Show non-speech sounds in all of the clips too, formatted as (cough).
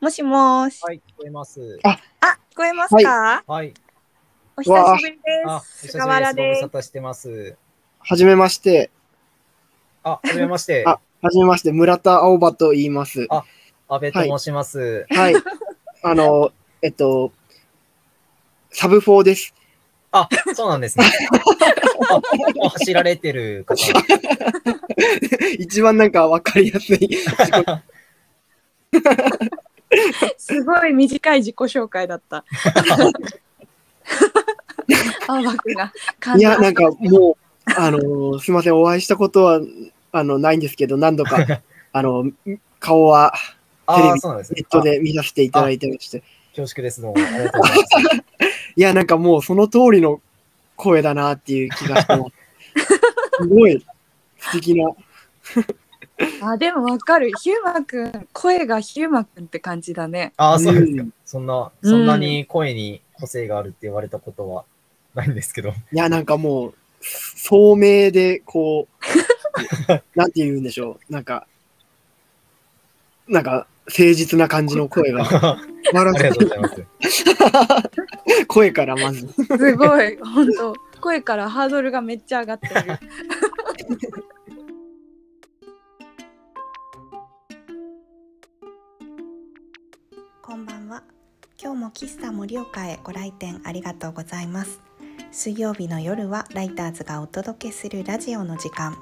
もしもーし。はい、聞こえます。あ、聞こえますか、はい。お久しぶりあ、おで久す。しぶ菅原りでですす。ご無沙汰してます。はじめまして。あ、はじめまして。 (laughs) あはじめまして。村田青葉と言います。あ阿部と申します。 (laughs) はい。あの、えっと、サブ4です。 (laughs) あ、そうなんですね。あもう走られてる (laughs) 方。一番なんかわかりやすい。すごい短い自己紹介だった。 (laughs) あ、わくが。いや、なんかもう、あの、すいません。お会いしたことは、あの、ないんですけど、何度か、 (laughs) あの、顔はテレあ、ビそうなんですねネッ。トで見させていただいてまして。あ恐縮です。どうも。ありがとうございます。いや、なんかもうその通りの声だなっていう気がし (laughs) てます。すごい素敵な。あ、でもわかる。ヒューマくん、声がヒューマくんって感じだね。あ、そうですかうん。そんな、うんそんなに声に個性があるって言われたことはないんですけど。 (laughs) いや、なんかもう、聡明で、こ (laughs) う、なんて言うんでしょう。なんか、なんか、誠実な感じの声が、あ素晴らりがしとうございます。い声からまず。すごい、本当声からハードルがめっちゃ上がってる。こんばんは。今日も喫茶盛岡へご来店ありがとうございます。水曜日の夜はライターズがお届けするラジオの時間。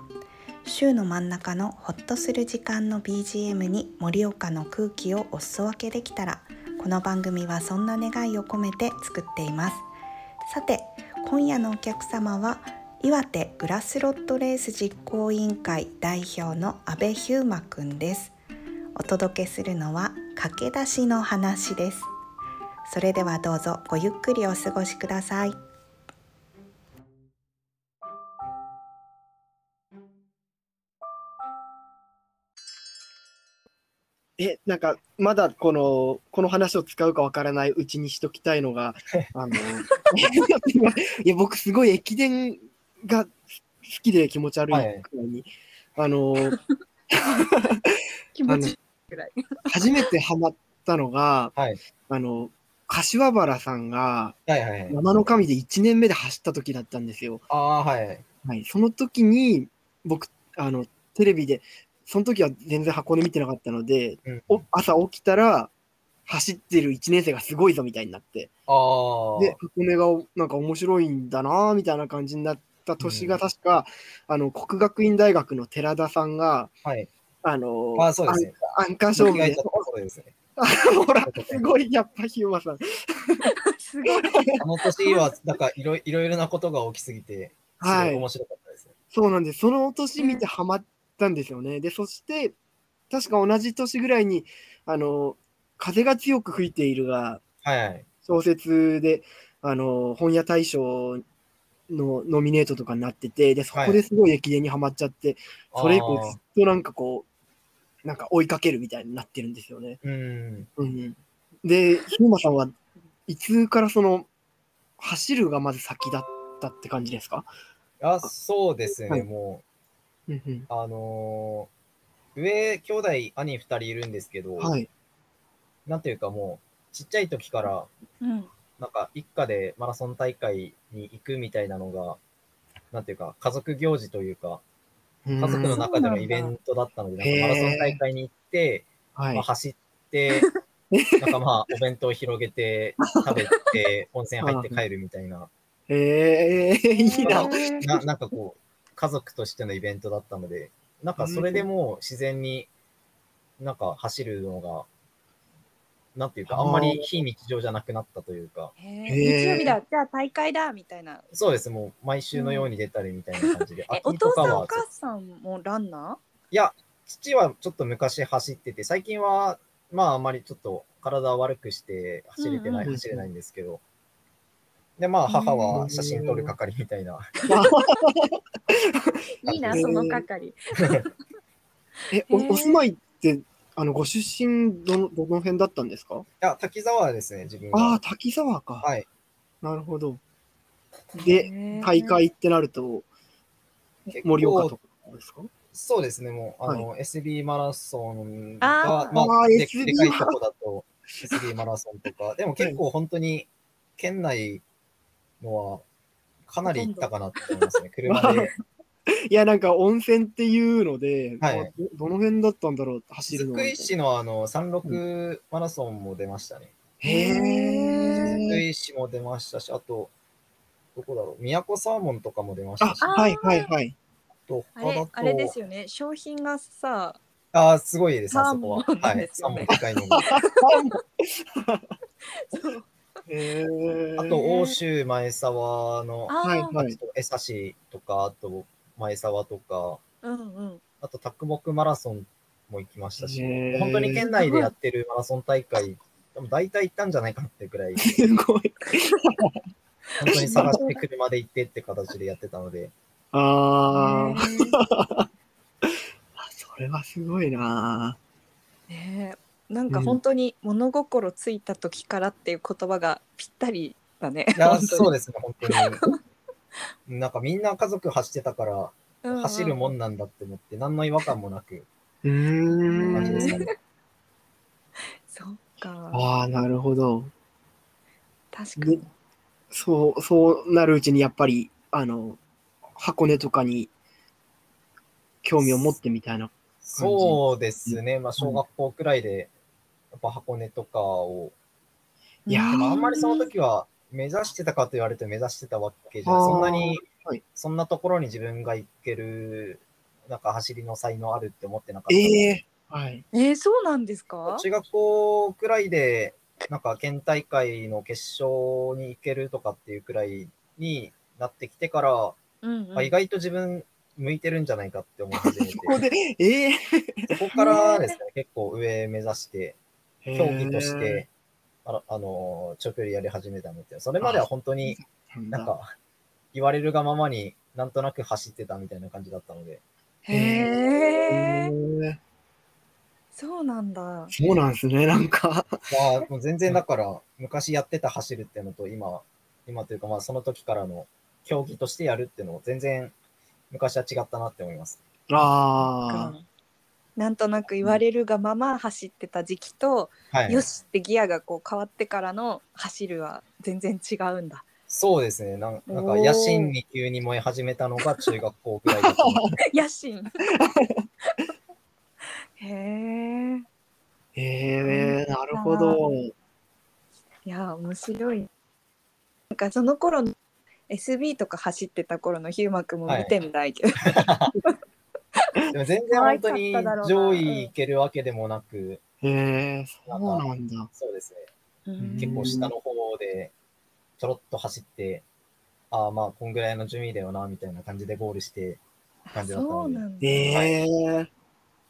週の真ん中のホッとする時間の BGM に盛岡の空気をお裾分けできたら、この番組はそんな願いを込めて作っています。さて、今夜のお客様は岩手グラスロットレース実行委員会代表の阿部ヒューマくんです。お届けするのは駆け出しの話ですそれではどうぞごゆっくりお過ごしくださいえ、なんか、まだこの、この話を使うかわからないうちにしときたいのが、(laughs) あの、いや、僕すごい駅伝が好きで気持ち悪いくらいに、あの、気持ちいいぐらい。初めてハマったのが、はいあの、柏原さんがはいはいはい。山の神で1年目で走った時だったんですよ。ああ、はい。はい、その時に僕あのテレビでその時は全然箱根見てなかったのでうんお朝起きたら走ってる1年生がすごいぞみたいになってああ。で箱根がおなんか面白いんだなみたいな感じになった年うがん確か、あの国学院大学の寺田さんがはい。あのああ、そうですね。アンアンカー勝僕負が言でったところですね。ほらすごいやっぱヒューマさんすごい。あの年は、なんかいろいろいろなことが起きすぎて、すごはいい面白かったですね。そうなんです。その年見てハマったんですよね。で、そして、確か同じ年ぐらいに、あの、風が強く吹いているが、はい、はい。小説で、あの、本屋大賞のノミネートとかになってて、で、そこですごい駅伝にハマっちゃって、それ以降ずっとなんかこう、なんか追いかけるみたいになってるんですよね。あーうん。うんうん。で、ヒューマさんはいつからその、走るがまず先だったって感じですかあ、そうですね、はいもうんうん。う、あのー上、兄弟、兄二人いるんですけど、はい。なんていうかもう、ちっちゃい時から、うん。なんか一家でマラソン大会に行くみたいなのが、なんていうか、家族行事というか、家家族の中でのイベントだったので、うんなんかマラソン大会に行って、はいまあ、。走 (laughs) って、なんかまあ、お弁当を広げて、食べて、温泉入って帰るみたいな、ええいいな。な (laughs) なんかこう、家族としてのイベントだったので、なんかそれでもう自然になんか走るのが、なんていうか、あんまり非日常じゃなくなったというか、へえ日曜日だ。じゃあ大会だみたいな。そうです、もう毎週のように出たりみたいな感じで、え、お秋父とかさんおは、母さんもランナいや、父はちょっと昔走ってて、最近はまああんまりちょっと体を悪くして走れてない、うんうん走れないんですけど、で、まあ母は写真撮る係みたいな、ー？いいな、えーその係。え、おお住まいって、あの、ご出身どの、どの辺だったんですかいや、滝沢ですね、自分ああ、は。滝沢か。はい。なるほど。で、へー大会ってなると、結構盛岡とかですかそうですね、もう、あの、SB マラソンあがー、まああ、ーで SB でかいとこだと、シスリーマラソンとか、でも結構本当に県内のはかなり行ったかなって思いますね、 (laughs) 車で。いや、なんか温泉っていうので、はいどどの辺だったんだろう、走るのは福井市のあの36マラソンも出ましたね。へ福ー井市も出ましたし、あと、どこだろう、宮古サーモンとかも出ましたし、あ、あはいはいはい。とあ他だれと、あれですよね商品がさあーすごいです、あそこは。サーモンはでい、すよサーモねン深いのに。そうへあ (laughs) ーと、欧州前沢の、あー、はいあはい。と江差しとか、あと前沢とか、うんうんあと、卓木マラソンも行きましたし、へー本当に県内でやってるマラソン大会、多分大体行ったんじゃないかなってくらい、本すごい。当に探して車で行ってって形でやってたので、あー、ねそれはすごいなえねえなんか本当に物心ついた時からっていう言葉がぴったりだねいや、本当にそうですね、本当に。 (laughs) なんかみんな家族走ってたから、うんうん走るもんなんだって思って、何の違和感もなく、ー。う感じーですかん。ね。そっかああ、なるほど。確かでにそう、そうなるうちにやっぱり、あの、箱根とかに興味を持ってみたいな。そうですね、まあ、小学校くらいで、やっぱ箱根とかを、いやーでもあうんまりその時は目指してたかと言われて目指してたわけじゃない、あーそんなにはい、そんなところに自分が行ける、なんか走りの才能あるって思ってなかった。ええはい。えー、そうなんですか中学校くらいで、なんか県大会の決勝に行けるとかっていうくらいになってきてから、うんうんあ意外と自分向いてるんじゃないかって思い始め (laughs) て、ここで、ええそこからですね、結構上目指して、ー競技として、あらあのー長距離やり始めたので、それまでは本当になんか、言われるがままになんとなく走ってたみたいな感じだったので、へえへーそうなんだそうなんですね、なんか。まあ、もう全然だから、昔やってた走るっていうのと、今、今というか、まあ、その時からの競技としてやるっていうのを、全然昔は違ったなって思います。ああ。なんとなく言われるがまま走ってた時期と、はいよ。しってギアがこう変わってからの走るは全然違うんだ。そうですね。なんなんおか、ー野心に急に燃え始めたのが中学校ぐらいだと思う野心。 (laughs) へえ。ええなるほど。いや面白い。なんかその頃の SB とか走ってた頃のヒューマくんも見てみたいけど。でも全然本当に上位いけるわけでもなく、へえそうなんだ。そうですうね。ん結構下の方でちょろっと走って、ああまあこんぐらいの順位だよなみたいな感じでゴールして、感じだったそのうでなんだ。ええ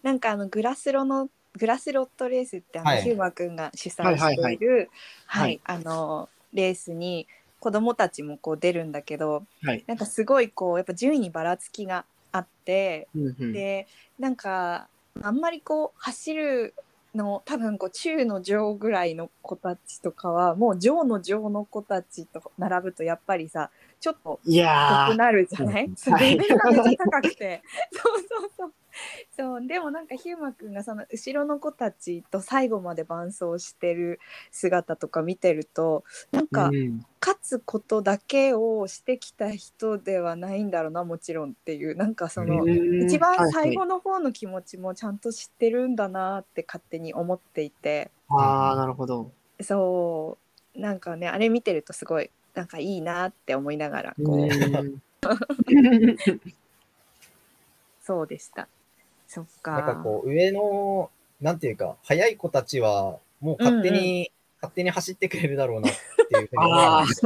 なんかあのグラスロのグラスロットレースってあの、はいヒューマくんが主催している、はいはいあのレースに子供たちもこう出るんだけど、はいなんかすごいこうやっぱ順位にばらつきがあって、うんうんでなんかあんまりこう走るの多分こう中の上ぐらいの子たちとかはもう上の上の子たちと並ぶとやっぱりさちょっといや高くーなるじゃないうんそうレベルがめっちゃ高くて (laughs) そうそうそうそうでもなんかヒューマくんがその後ろの子たちと最後まで伴走してる姿とか見てるとなんかうん勝つことだけをしてきた人ではないんだろうなもちろんっていうなんかそのうん一番はい最後の方の気持ちもちゃんと知ってるんだなって勝手に思っていて。ああ、なるほど。そうなんかねあれ見てるとすごいなんかいいなって思いながらこう、うんそうでしたそっかなんかこう上の、なんていうか、速い子たちはもう勝手に、勝手に走ってくれるだろうなっていうふうに思あうあんです。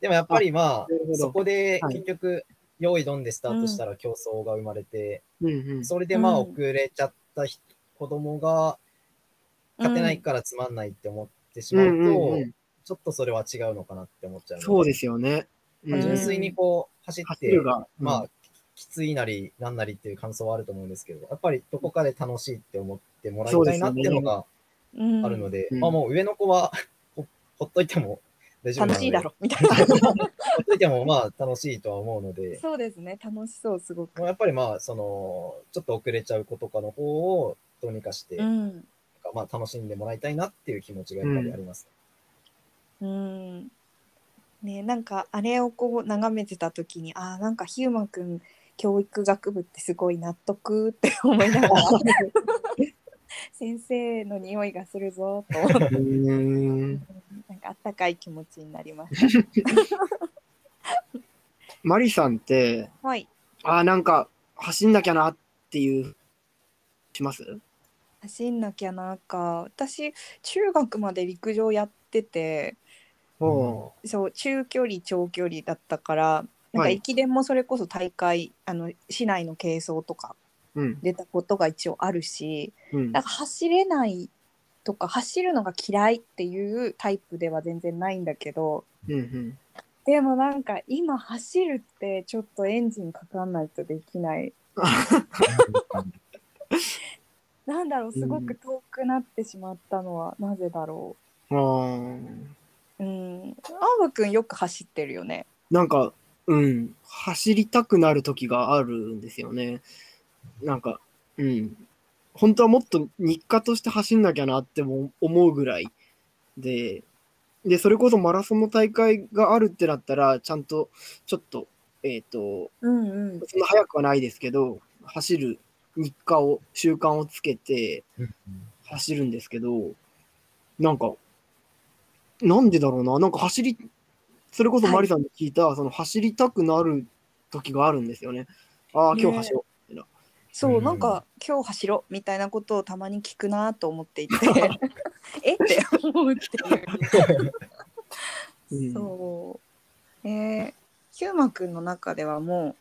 (laughs) でもやっぱりまあ (laughs) なるほ、どそこではい結局、用意ドンでスタートしたら競争が生まれて、うんうんそれでまあうん遅れちゃった人子供が勝てないからつまんないって思ってしまうと、うんうんうんちょっとそれは違うのかなって思っちゃうのそうですよね。まあうん純粋にこう走っ走て、るが、まあきついなりなんなりっていう感想はあると思うんですけど、やっぱりどこかで楽しいって思ってもらいたいなっていうのがうんあるので、うんまあもう上の子はほほっといても大丈夫な楽のでしいだろみたいほなっといてもまあ楽しいとは思うので、そうですね楽しそうすごくまあやっぱりまあそのちょっと遅れちゃう子とかの方をどうにかして、うんなんかまあ、楽しんでもらいたいなっていう気持ちがやっぱりあります。うんね、なんかあれをこう眺めてた時にあーなんかヒューマン君教育学部ってすごい納得って思いな (laughs) がら先生の匂いがするぞと思ってうーんなんかあったかい気持ちになりました。マリさんって、はいああ、なんか走んなきゃなっていう、します走んなきゃなんか私中学まで陸上やってておそう中距離長距離だったからなんかはい駅伝もそれこそ大会、あの市内の軽装とかううん。出たことが一応あるしうんなんか走れないとか走るのが嫌いっていうタイプでは全然ないんだけどうんうんでもなんか今走るってちょっとエンジンかかんないとできないなんだろうすごく遠くなってしまったのはなぜだろあーううん青葉くんよく走ってるよねなんか、うん、走りたくなる時があるんですよね。なんか、うん。本当はもっと日課として走んなきゃなっても思うぐらいで、で、それこそマラソンの大会があるってなったら、ちゃんと、ちょっと、えっ、と、うんうんそんな早くはないですけど、走る日課を、習慣をつけてうん走るんですけど、なんか、なんでだろうな、なんか走り、それこそマリさんに聞いた、その走りたくなる時があるんですよね。ああ、今日走ろそううんなんか今日走ろうみたいなことをたまに聞くなと思って (laughs) いてえって思うってう。いう、そうえー、ヒューマくんの中ではもう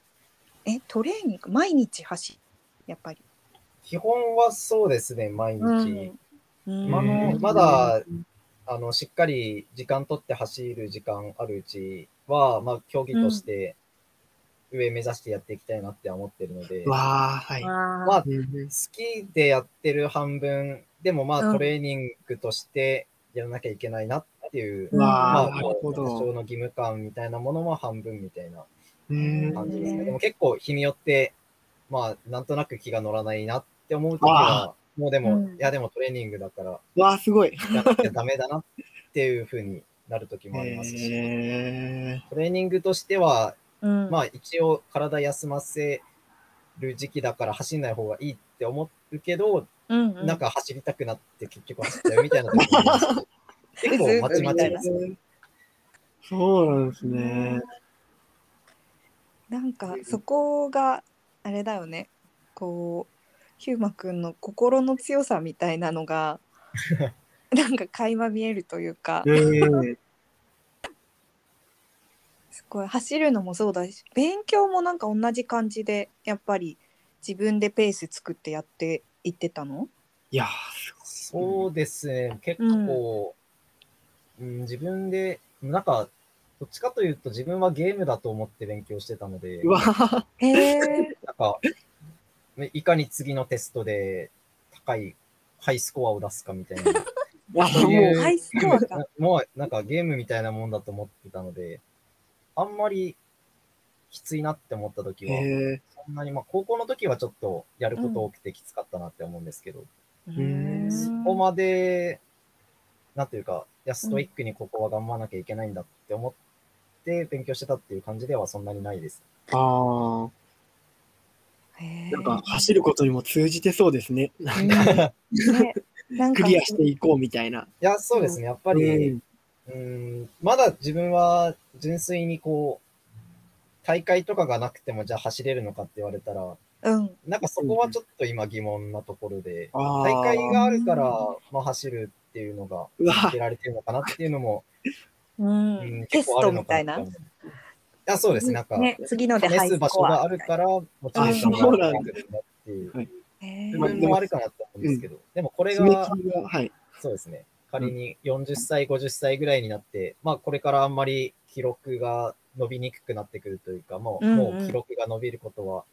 えトレーニング毎日走るやっぱり、基本はそうですね、毎日。うん今うのんまだあのしっかり時間取って走る時間あるうちは、まあ、競技として上目指してやっていきたいなって思ってるので、うんわあ、はい。まあうんうん好きでやってる半分でもまうんあトレーニングとしてやらなきゃいけないなっていう、うんまわあ、あなる多少ほど。の義務感みたいなものも半分みたいなうん感じですうんね。でも結構日によってまあなんとなく気が乗らないなって思うときはもうでも、うんいやでもトレーニングだからわあ、すごい。やらなきゃダメだなっていうふうになる時もありますし、へトレーニングとしては、うんまあ一応体休ませる時期だから走んない方がいいって思うけど、うんうんなんか走りたくなって結局走っちゃうみたいな時もありますし結構まちまちですね。ーそうなんですね。なんかそこがあれだよねこうヒューマくんの心の強さみたいなの (laughs) がなんか垣間見えるというかえーすごい走るのもそうだし勉強もなんか同じ感じでやっぱり自分でペース作ってやっていってた (laughs) のいやー、 (laughs) そうですね、結構、うん、自分で、なんか、どっちかというと自分はゲームだと思って勉強してたので、うわあ、へえなんか、ねいかに次のテストで高いハイスコアを出すかみたいな。あそうもういうハイスコアかもうなんかゲームみたいなもんだと思ってたので、あんまりきついなって思った時は、へそんなに、まあ高校の時はちょっとやること多くてきつかったなって思うんですけど、ううんそんこまで、なんていうか、いや、ストイックにここは頑張らなきゃいけないんだって思って勉強してたっていう感じではそんなにないです。ーあへあ、えなんか走ることにも通じてそうですね。なんかうんねなんクかリアしていこうみたいな。いや、そうですね、やっぱり、うんまだ自分は純粋にこう、大会とかがなくても、じゃあ走れるのかって言われたら、うんなんかそこはちょっと今疑問なところで、あ大会ーがあるから、まあ走るっていうのが、うわ受けられてるのかなっていうのも、うんうんテ結ス構あトるのみかたいななって思う。いや、そうですね、なんか、ね次のでハ試イすス場所コがアあるから、もちろあんそうなんだっていうはいへえ部分もあるかなと思うんですけど、でもこれ締めが、切りが、はい。そうですね、仮に40歳、50歳ぐらいになって、まあこれからあんまり記録が伸びにくくなってくるというか、もう,、うんうんもう記録が伸びることは、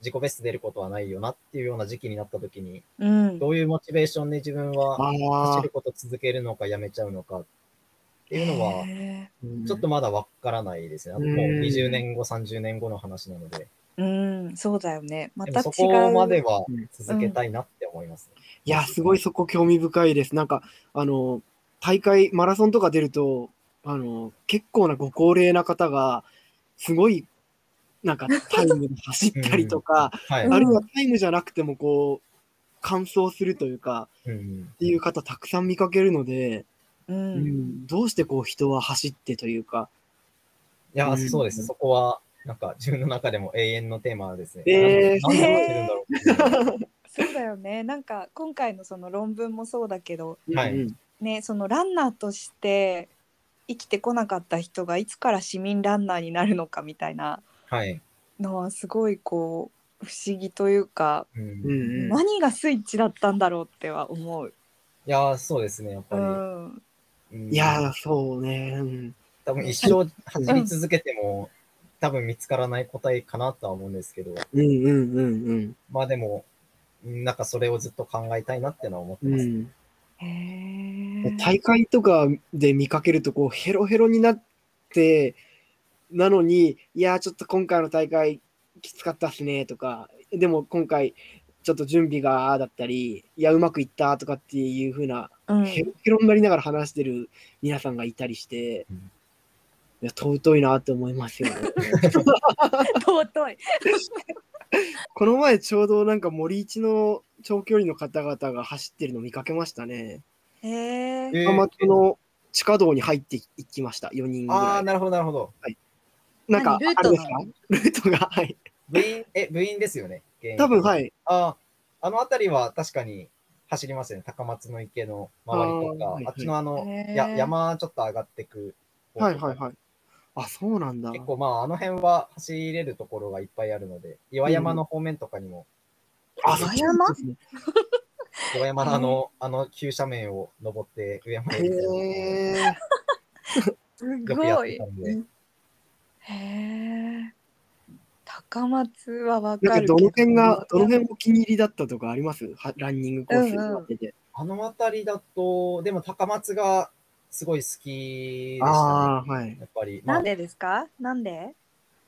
自己ベスト出ることはないよなっていうような時期になった時に、うんどういうモチベーションで自分はあ走ある、こと続けるのかやめちゃうのかっていうのは、へちょっとまだわからないですね。あともううん20年後、30年後の話なので。えうんそうだよねまでたもそ違こうまでは続けたいなって思思います。いや、すごいそこ興味深いです。なんか、あの、大会、マラソンとか出ると、あの、結構なご高齢な方が、すごい、なんかタイムで走ったり (laughs) とか、はい。あるいはタイムじゃなくても、こう、完走するというか、うんっていう方たくさん見かけるので、ううんんどうしてこう人は走ってというか、いや、うんそうです。そこは、なんか自分の中でも永遠のテーマですね。えーなんで走ってるんだろうっていう。そうだよねなんか今回のその論文もそうだけどはいうんうんねそのランナーとして生きてこなかった人がいつから市民ランナーになるのかみたいなはい。のはすごいこう不思議というか、うんういんうん何がスイッチだったんだろうっては思う。や、そうですね、やっうぱん、り。うんいやー、そうね。うん多分一生走り続けても、多分見つからない答えかなとは思うんですけど、うんうんうんまあでも、うんなんかそれをずっと考えたいなってのは思ってうん。まうす。んへえ。大会とかで見かけるとこうヘロヘロになってなのにいやーちょっと今回の大会きつかったっすねとかでも今回ちょっと準備がああだったりいやうまくいったとかっていう風なうんヘロヘロになりながら話してる皆さんがいたりしてうんいや尊いなって思いますよね。尊い。この前ちょうどなんか森一の長距離の方々が走ってるの見かけましたね。へえ。えー浜松の地下道に入っていきました4人ぐあらあ、い。なるほど、なるほど。なんか、何ルーあトれなのですかルートが、はい。部員、え、部員ですよね。現役多分、はい。ああ、あの辺りは確かに走りますよね。高松の池の周りとあーかは、いあっちのあの、へーや山ちょっと上がってく。はいはいはい。あ、そうなんだ。結構まあ、あの辺は走れるところがいっぱいあるので、岩山の方面とかにも、あ、そっちなんですね岩山のあの、あの急斜面を登って上まで行くとこへえ。すよくやっごていた。んで、へえ。高松はわなかるんかけどど。の辺が、どの辺お気に入りだったとかありますはランニングコースになってて。あの辺りだと、でも高松がすごい好きでしたね。ああ、はい。やっぱり、まなあん、でですか？なんで？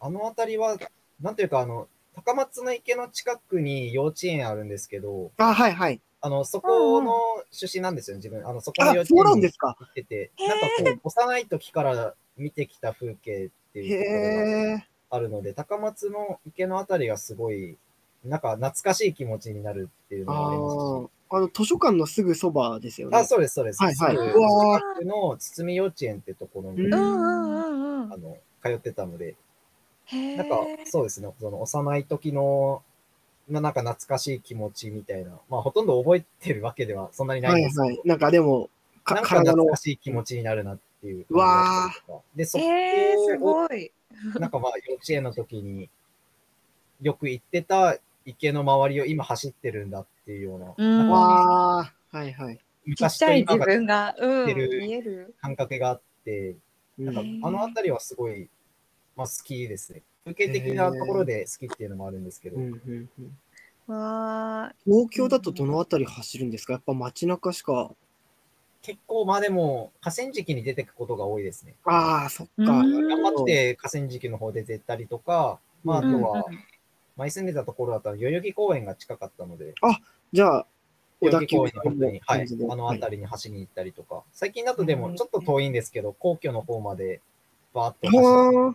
あの辺りは、なんていうか、あの、高松の池の近くに幼稚園あるんですけど、あ、はいはい。あの、そこの出身なんですよね、自分。あの、そこあの幼、稚そうな園んにで行すか。ってて、なんかこう、幼い時から見てきた風景ってへいうところがえ。あるので、高松の池のあたりがすごい、なんか懐かしい気持ちになるっていうのがありまあしあ。あの、図書館のすぐそばですよたし。あ、ね。そうです、そうです。はいはすいぐうわー近くの堤幼稚園ってところに、うんうあんうんうんうん。の、通ってたので、へえ。なんか、そうですね、その幼い時の、まあなんか懐かしい気持ちみたいな、まあほとんど覚えてるわけではそんなにないはんいですけど、はい。なんかでも、なかんか体の懐、かしい気持ちになるなっていう感じだったりとか。で、そこを、えー、すごい。なんかまあ幼稚園の時によく行ってた池の周りを今走ってるんだっていうような、うんわあ、はいはい。ちっ昔ちとゃい自今が分が、うん、てる見える。感覚があって、うんなんかあの辺りはすごい、まあ好きですね。受け的なところで好きっていうのもあるんですけど、うんうんうんわあ、東京だとどのあたり走るんですかやっぱ街中しか。結構まあでも河川敷に出てくことが多いですね。ああ、そっか。うん頑張って河川敷の方で出たりとか、まああうんとは、前住んでたところだったら代々木公園が近かったので、じゃあ、小小田田急急の本当に、はい、あのたり。辺りに走りに行ったりとか、最近だとでうもんちょっと遠いんですけど、皇居の方までバーッとは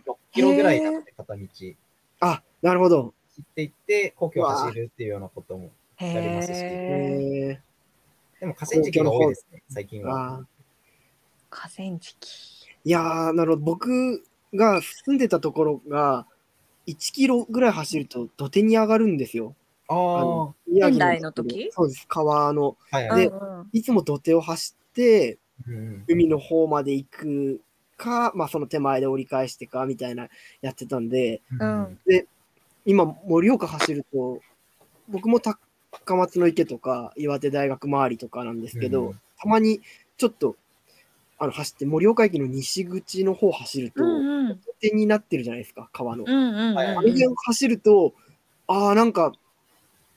走って、6キロぐらいだって片道走あ、なるほど。っていって、皇居を走るっていうようなことも、ややりますし河えでも河川敷が多いですね、最近ー、は。あー川敷。いやー、なるほど。僕が住んでたところが、1キロぐらい走ると土手に上がるんですよ。あああ、はの宮仙台の時そうです、川の。いうんはい。うんいつも土手を走って、うん海の方まで行くか、まあその手前で折り返してか、みたいなやってたんで、うん今盛岡走ると僕も高松の池とか岩手大学周りとかなんですけど、うんたまにちょっとあの走って盛岡駅の西口の方走ると、うんうん土手になってるじゃないですか川の。うんうんはいあれうをん。走るとああなんか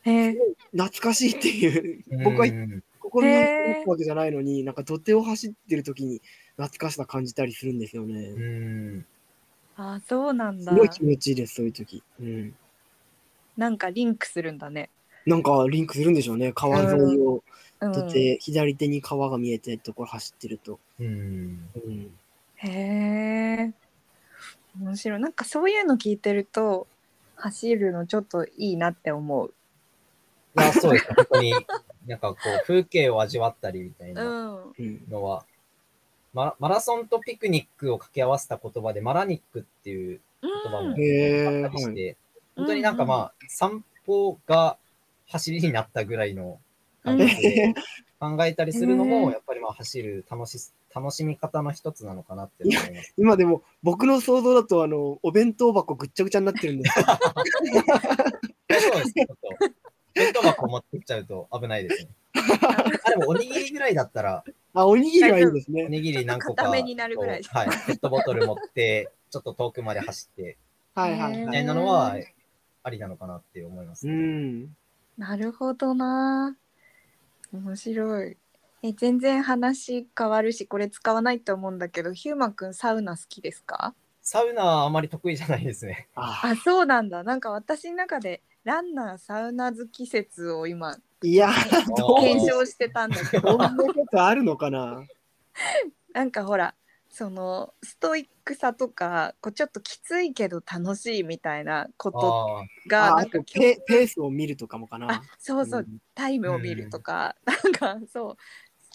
へえ懐かしいっていううん僕はうん心に残ったわけじゃないのになんか土手を走ってる時に懐かしさ感じたりするんですようね。んあ、そうなんすだ。ごい気持ちいいですそういう時。うん、なんかリンクするんだね。なんかリンクするんでしょうね。川沿いをうん出て、左手に川が見えてところ走ってると。うん。うん。へえ面白いなんかそういうの聞いてると走るのちょっといいなって思う、、まあそうですね、本当に、なんかこう、風景を味わったりみたいなんうん。のは、ママラソンとピクニックを掛け合わせた言葉で、マラニックっていう言葉もあったへりえして、はい本当になんかまあ、散歩が走りになったぐらいの感覚えで考えたりするのうんも、やっぱりまあ走る楽し楽しみ方の一つなのかなって思います。今でも僕の想像だとあのお弁当箱ぐっちゃぐちゃになってる (laughs) んですけどそうです、ちょっと。弁当箱持ってきちゃうと危ない (laughs) ですね。あでも、おにぎりぐらいだったら、あおにぎりはいいですお (laughs) ね。にぎり何個か、ちょっと固めになるぐらいはい、ペットボトル持って、 (laughs) ちょっと遠くまで走って、はいはいみはたい。いなのは、ありなのかなって思いますうね、ん。なるほどな面白いえ全然話変わるしこれ使わないと思うんだけどヒューマンくんサウナ好きですかサウナはあまり得意じゃないですね。ああそうなんだなんか私の中でランナーサウナ好き説を今いや、どう検証してたんだけそんどなことあるのかな。なんかほらそのストイックさとかこうちょっときついけど楽しいみたいな (laughs) ことあがあなあんかとペペースを見るとかもかあな。そうそう、んタイムを見るとか、なんかそう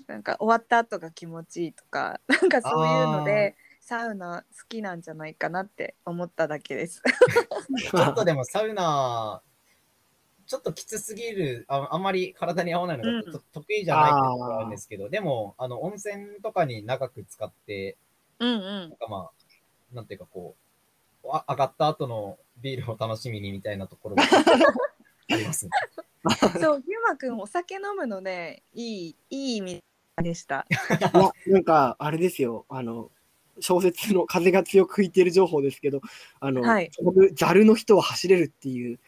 なんか終わった後が気持ちいいとか (laughs) なんかそういうのでサウナ好きなんじゃないかなって思っただけです。ーちょっとでもサウナ、ちょっときつすぎる、ああんまり体に合わないのが、うんと得意じゃないってところあるんですけど、でも、あの温泉とかに長く使って、 (laughs) うんうんなんかまあ、なんていうかこう、あ上がった後のビールを楽しみにみたいなところがあり (laughs) ますね。そうゆまくんお酒飲むのねいいいい意味で (laughs) した。いやなんかあれですよ、あの小説の風が強く吹いてる情報ですけど、あの、はい僕、ざるの人は走れるっていう、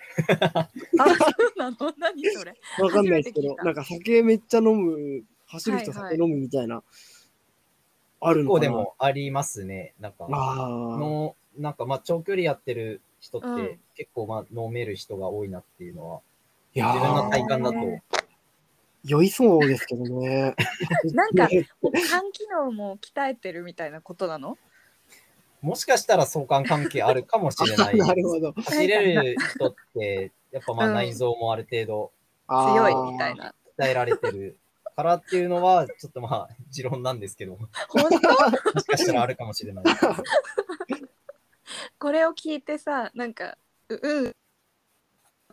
あそうなの何それ。わかんないです初めてけ聞どい、たなんか酒めっちゃ飲む、走る人はいはい酒飲むみたいな、ある結の構かな。でもありますね。なんか、あのなんかまあ長距離やってる人って、うん結構まあ飲める人が多いなっていうのーいやは、自分のー体感だと。酔いそうですけどね。なんか肝機能も鍛えてるみたいなことなの？もしかしたら相関関係あるかもしれない。 (laughs) (laughs) なるほど。走れる人って、やっぱまあうん内臓もある程度強いみたいな。な。鍛えられてるからっていうのは、ちょっとまあ、持論なんですけど、も本当 (laughs) しかしたらあるかもし (laughs) れない。これを聞いてさなんかううん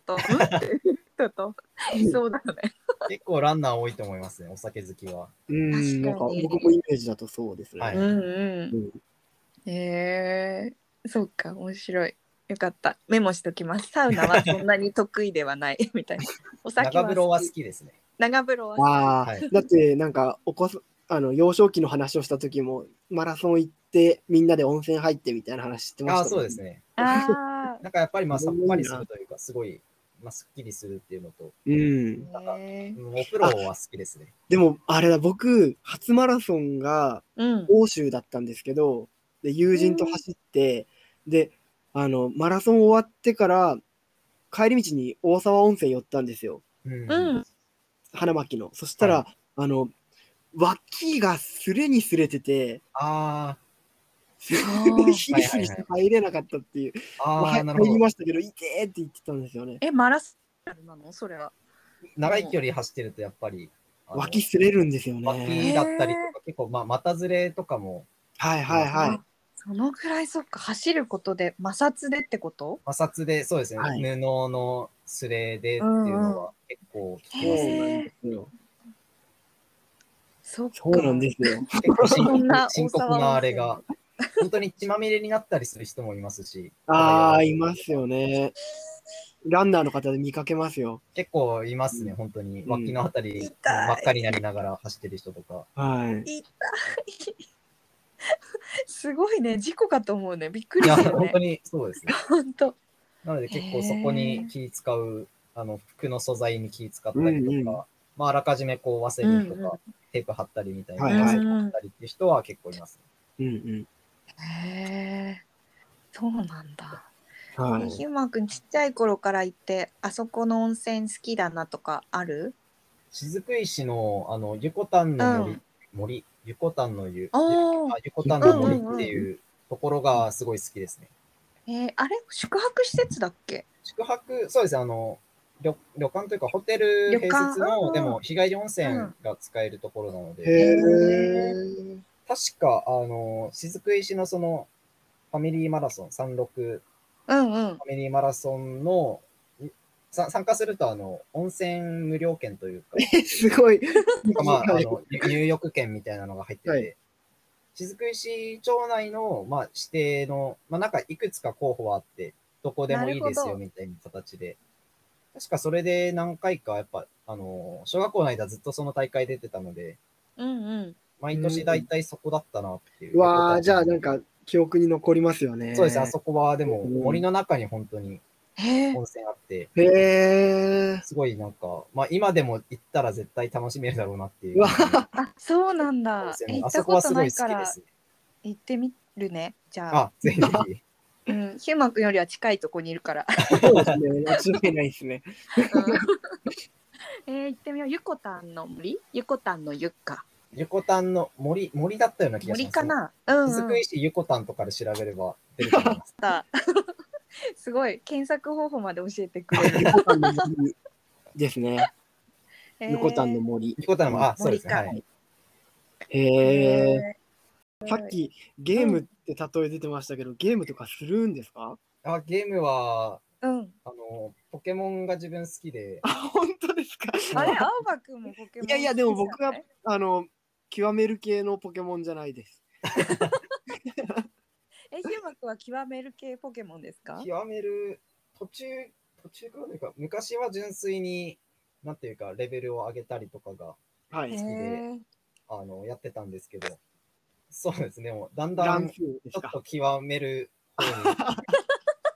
とうんって言う人といそうだよね。結構ランナー多いと思いますね、お酒好きは。うん、なん確かかに僕もイメージだとそうですね。はいうんうん。へえそうか面白い。よかったメモしときます。サウナはそんなに得意ではない (laughs) みたいな。お酒長は風呂は好。きですね。長風呂は好き。ああ、はいだってなんかおこすあの幼少期の話をした時もマラソン行ってみんなで温泉入ってみたいな話してましあたもん、あ、そうですね。あなんかやっぱりまあさっぱりするというか、すごい、まあ、すっきりするっていうのと、うんなんあ。かへえうんお風呂は好きですね。でもあれだ僕初マラソンが (laughs) うん。欧州だったんですけどで友人と走って、であのマラソン終わってから帰り道に大沢温泉寄ったんですようんうん。花巻のそしたら、はあの脇がすれにすれててあすごい (laughs) ヒリヒリして入れなかったっていうあ、あまあ、あ、ななるほ言いど。ましたけど、いてーって言ってたんですよね。えマラソンなのそれは。長い距離走ってるとやっぱり、あの脇すれるんですよ脇ね。だったりとか、結構、まあ、股ずれとかもはいはいはい。そのくらいそっか走ることで摩擦でってこと？摩擦で、そうですね、はい布のすれでっていうのは結構効きますそうね。なんですよ。そっか。そうなんですよ。結構深そんな刻深刻なあれが、本当に血まみれになったりする人もいますし、ああ、いますよね。ランナーの方で見かけますよ。結構いますね、本当に。うん脇のあたり、痛い真っ赤になりながら走ってる人とか。はい。すごいね事故かと思うねびっくいりや、したよ本ね当にそうですね。本当なので結構そこに気使う、あの服の素材に気使ったりとか、うんうんまあ、あらかじめこうワセリンとか、うんうんテープ貼ったりみたいはいな、ワはいセリン貼ったりっていう人は結構います、うんうん。へえそうなんだはヒい。ューマンくんちっちゃい頃から行ってあそこの温泉好きだなとかある雫石の、あの、ゆこたんの森、うん森、ゆこたんの湯、ああーゆこたんの森っていうところがすごい好きですね。えーあれ宿泊施設だっけ宿泊、そうですね、あの、旅旅館というか、ホテル併旅設館うんうの、んでも、日帰り温泉が使えるところなのへで、え。確か、あの、雫石のその、ファミリーマラソン、36うんうんファミリーマラソンの、んさ参加すると、あの、温泉無料券というか、 (laughs) すごい。まあ、あ (laughs) はいの入入浴券みたいなのが入ってて、はい雫石町内の、まあ、指定の、まあ、なんかいくつか候補はあって、どこでもいいですなるほよどみたいな形で、確かそれで何回か、やっぱ、あの、小学校の間ずっとその大会出てたので、うんうん毎年大体そこだったなっていう。わあ、じゃあなんか、記憶に残りますよね。そうですね、あそこはでもうん森の中に本当にへえ温泉あって、へえ。すごいなんか、まあ今でも行ったら絶対楽しめるだろうなっていう。うわあそうなんだ温え泉行あったそここはとすごないいか好きでらす。行ってみるねじゃああ、ぜひぜひ。うん、ヒューマンくんよりは近いとこにいるから、そうですね。間違いないで (laughs) すね。えー、行ってみようゆこたんの森ゆこたんのゆっかゆこたんの森、森だったような気がしま森す。かなうん、うん、その。雫石ゆこたんとかで調べれば出ると思 (laughs) います。すごい検索方法まで教えてくれ (laughs) るゆこたんの森ですね。えーゆこたんの森。ゆこたんも、あ、そうですね。は森かい。へえ。ーさっきゲームって例え出てましたけど、ゲームとかするんですかあ、ゲームは、うんあの、ポケモンが自分好きで、あ本当ですかあ (laughs) れ青葉くんもポケモン好きいやいやでも僕はじゃないあの極める系のポケモンじゃないです。えヒューマンくんは極める系ポケモンですか極める、途中、途中からというか、昔は純粋に、なんていうか、レベルを上げたりとかが、はへい。ーあの、やってたんですけど、そうですね、もう、だんだランん、フちーですょかっと極める (laughs) 方に、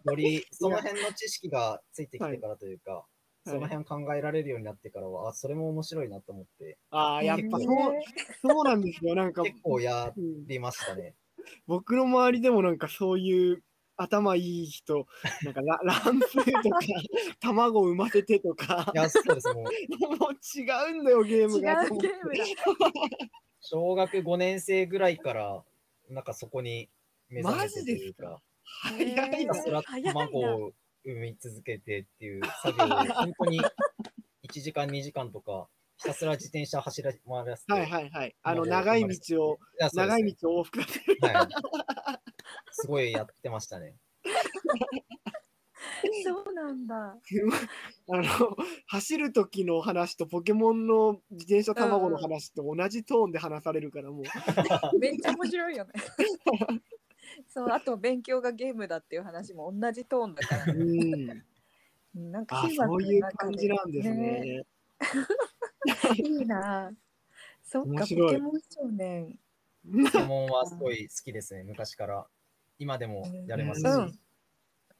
より、その辺の知識がついてきてからというか、そのはい辺考えられるようになってからは、あ、それも面白いなと思って、ああやっぱへそうそうなんですよなんか結構やうんりましたね。僕の周りでもなんかそういう頭いい人なんか (laughs) ラランスーとか卵産ませてとかいや、そうです。 (laughs) もう、もう違うんだよゲ違うームゲが。ームだ小学5年生ぐらいから、なんかそこに目覚めてというか、早ムだひいたマなジすでら卵を産み続けてっていう作業を、本当に1時間、2時間とか、ひたすら自転車走ら回らせて、はいはいはい。あの長い道をやそうですね長い道を往復する。はい。すごいやってまし (laughs) たね。そうなんだ (laughs) あの走る時の話とポケモンの自転車卵の話と同じトーンで話されるからもう、めっちゃ面白 (laughs) いよね。そうあと勉強がゲームだっていう話も同じトーンだから、ね、うん、なんか (laughs) あ中学そのう中いう感じなんですねねいいなあ。そっか面ポケ白いモン少年。ポケモンはすごい好きですね、昔から。今でもやれますし。うん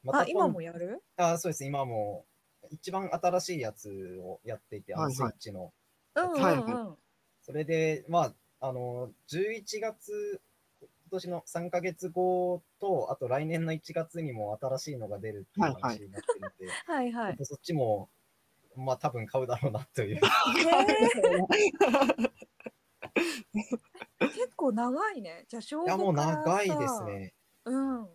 まあた今今もやる？あそうです、今も一番新しいやつをやっていて、あのはいはいスイッチの。うんうんうん。はいそれで、まあ、あの、11月、今年の3ヶ月後と、あと来年の1月にも新しいのが出るっていうはいはい話になってるので、はいはちょっい。とそっちも、まあ多分買うだろうなという。 (laughs) えー、結構長いね。じゃあ小五いや、もうからさ長いです。ね。うん。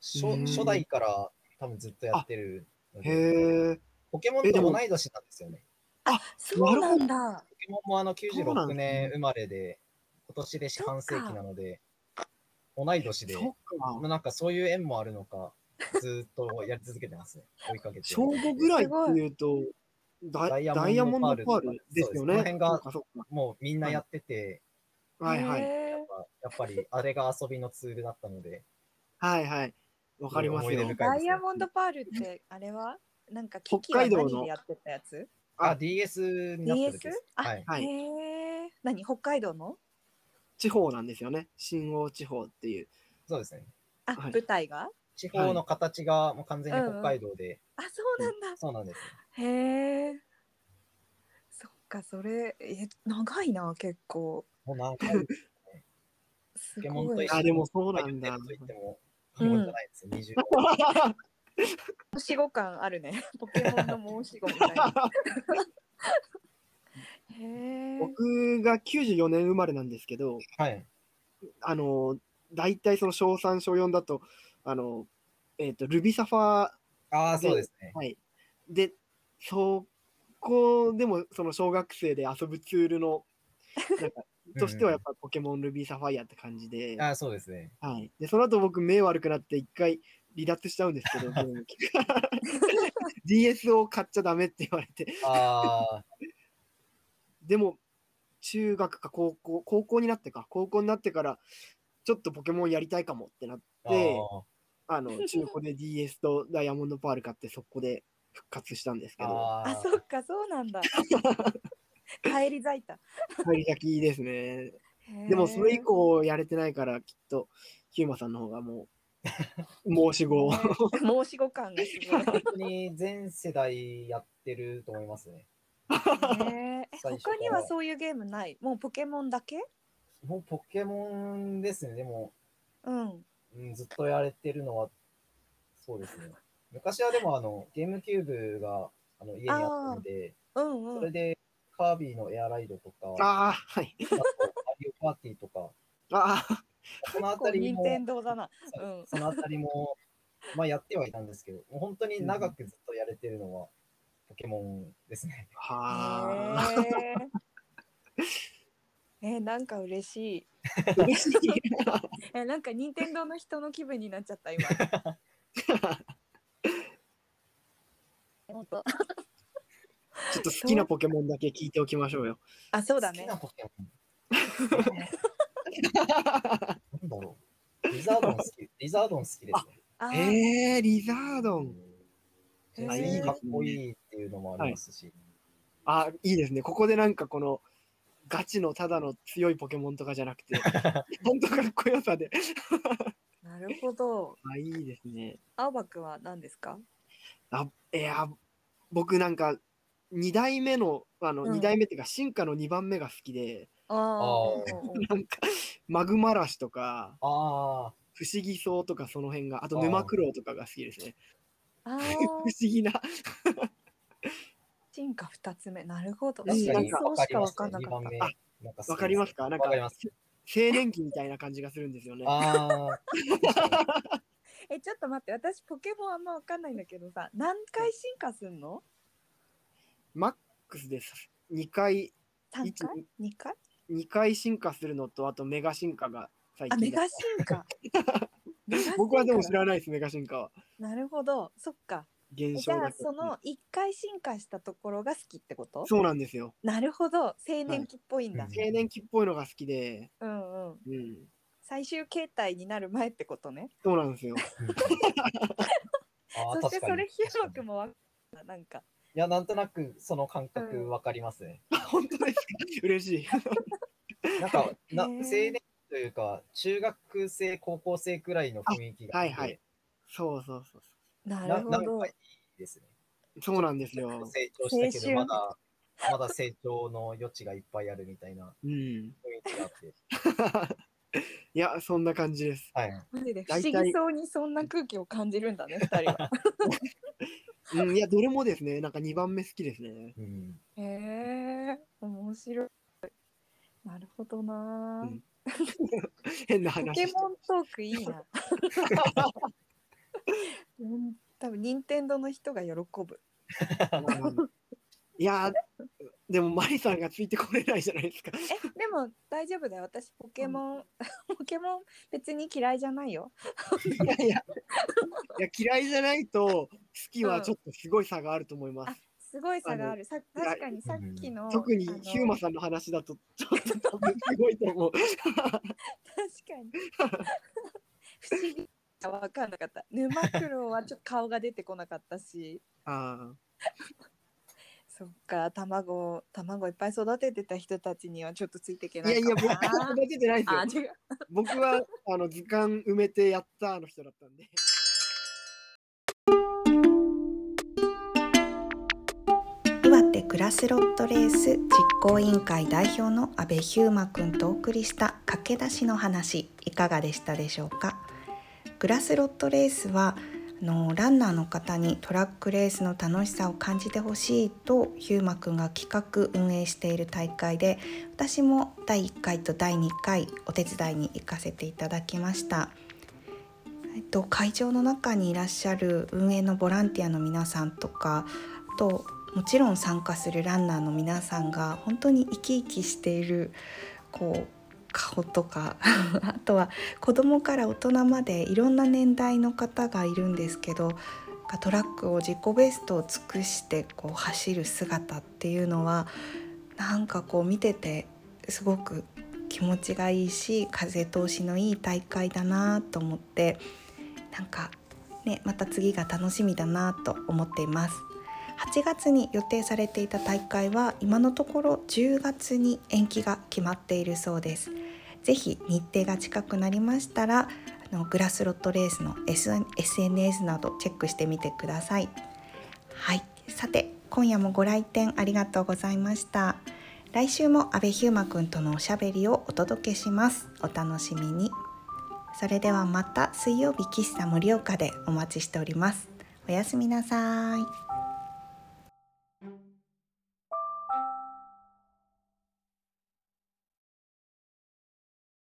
初初代から多分ずっとやってるので、 (laughs) へえポケモンと同い年なんですよね。そうなんだ。ポケモンもあのそうな96んです年ね生まれで、今年で四半世紀なので、同い年で、そっまあかなんかそういう縁もあるのか、ずっとやり続けてますね。 (laughs) 追いかけて。小5ぐらいっていうとダイダダイイヤヤモモンドンパールドパールですそよねうですこの辺がそうかそうかもうみんなやってて、はいはい、へやっぱやっぱりあれが遊びのツールだったので、はいはいわかります思い出ー深いよですねダイヤモンドパールってあれはなんか機器は北海道何のでやってたやつ？あ、あ DS になった時です DS。あはい。はいへえ。何北海道の？地方なんですよね新大地方っていうそうですね。あ、はい舞台が？地方の形がもう完全に北海道で、あ、そうなんだ。そうなんです。へえ。そっか、それ、え、長いな、結構。もう何回もすポケモンごとい一。緒あに (laughs) でもそうなんだやってると言っても過言じゃないです。20申し子感あるね。ポケモンの申し子みたいな。 (laughs) へえ。僕が94年生まれなんですけど、はい。あの、大体その小3、小4だと、あの、えっ、と、ルビサファああ、そうですねー、。はい。で、そこでも、その小学生で遊ぶツールの、なんか、としてはやっぱポケモンルビーサファイアって感じで、ああ、そうですね。はい。で、その後僕目悪くなって一回離脱しちゃうんですけど、ゲーム機 (laughs) DS を買っちゃダメって言われて、ああ、でも、中学か高校、高校になってか、高校になってから、ちょっとポケモンやりたいかもってなっあて、ー (laughs) あの、中古で DS とダイヤモンドパール買って、そこで復活したんですけど、あーあ、そっか、そうなん (laughs) だ。帰り咲いた。帰り咲きですね。へーでも、それ以。降やれてないから、きっと、ヒューマさんの方がも (laughs) う、申し子を。申し子感がすごい。本当に全世代やってると思いますね。ね (laughs) ええ最初か他らにはそういうゲームないもうポケモンだけもうポケモンですね。でも、うんうん、ずっとやれてるのは、そうですね。昔はでもあの、ゲームキューブがあの家にあったんで、うんそうんれでカービィのエアライドとか、あ (laughs) ああ、はい。とマリオパーティーとか、ああ、そのあこたうり任も、天堂だなうんそのあたりも、 (laughs) まあやってはいたんですけど、もう本当に長くずっとやれてるのは、ポケモンですね。はあ、へえ (laughs) えなんか嬉しい嬉しい。 (laughs) えなんか任天堂の人の気分になっちゃ (laughs) った今本当ちょっと好きなポケモンだけ聞いておきましょうよ。あそうだね好きなポケモ (laughs) ン。なんだろう。リザードン好き。リザードン好きですね。あーえー、リザードン。へーあいいかっこいいっていうのもありますし。あ、いいですね。ここでなんかこの、ガチのただの強いポケモンとかじゃ (laughs) なくて、本当かっこよさで。なるほどあ、いいですね。青葉くんは何ですかあ、いや、僕なんか、二代目の、あの、うん二、代目っていうか、進化の二番目が好きで、あーーうんうんなんか、マグマラシとか、あ不思議そうとかその辺が、あとあー沼九郎とかが好きですね。あー不思議な。進化二つ目なるほどあ、確か真に相わかしりかま分しかた。んな二かっ番た目。あなん好きでわかりますかなんかわかります。 (laughs) 青年期みたいな感じがするんですよね。ああ、えちょっと待って私ポケモンあんま分かんないんだけどさ何回進化すんのマックスです。2回、 3一回2回二回進化するのと、あとメガ進化が最あメ近だガ進化メガ進化僕はでも知らないです、メガ進化は。なるほどそっかえ現じ象ゃだあけその1回進化したところが好きってことそうなんですよ。なるほど青年期っぽいんだ、はい青年期っぽいのが好きで、うんうんうん、最終形態になる前ってことねそうなんですよ。あーそして確かそにれヒューマくんもわかんないなんかいや、なんとなくその感覚わかりますね。本当ですか嬉しい。なんか、なへー青年期というか、中学生、高校生くらいの雰囲気があってあはいはいそうそうそうそななるほなんどかいいですね。う。そうなんですよ。成長したけど、青ま春だ、まだ成長の余地がいっぱいあるみたいなうん。い雰囲気があって。や、そんな感じです。はい。マジで不思大体議そうにそんな空気を感じるんだね2人はうん、いや、どれもですね、なんか2番目好きですね。うん。へえ面白いなるほどな、うん変なポ話ケして。モントークいいな。うん多分任天堂の人が喜ぶ。うんいや、でもマリさんがついてこれないじゃないですか。え、でも大丈夫だよ。私ポケモン、ポケモン別に嫌いじゃないよ。いやいや。いや、嫌いじゃないと、好きはちょっとすごい差があると思います。すごい差がある。さい確かにさっきの、特にあのヒューマさんの話だと、ちょっと多分すごいと (laughs) 思う。確かに不思議。分かんなかった沼九郎はちょっと顔が出てこなかったしあそっか卵卵いっぱい育ててた人たちにはちょっとついていけあ。ないいやいや、僕かもはな育ててないですあ。違よう僕は、あの、図鑑埋めてやったの人だったんで。岩手グラスロットレース実行委員会代表の阿部ヒューマくんとお送りした駆け出しの話いかがでしたでしょうかグラスロットレースはあのランナーの方にトラックレースの楽しさを感じてほしいとヒューマくんが企画運営している大会で私も第1回と第2回お手伝いに行かせていただきました。えっと、会場の中にいらっしゃる運営のボランティアの皆さんとかあともちろん参加するランナーの皆さんが本当に生き生きしているこう顔とか (laughs) あとは子供から大人までいろんな年代の方がいるんですけどトラックを自己ベストを尽くしてこう走る姿っていうのはなんかこう見ててすごく気持ちがいいし風通しのいい大会だなと思ってなんか、ね、また次が楽しみだなと思っています8月に予定されていた大会は今のところ10月に延期が決まっているそうですぜひ日程が近くなりましたらあのグラスロットレースの SN SNS などチェックしてみてくださいはいさて今夜もご来店ありがとうございました来週も阿部ヒューマくんとのおしゃべりをお届けしますお楽しみにそれではまた水曜日喫茶盛岡でお待ちしておりますおやすみなさい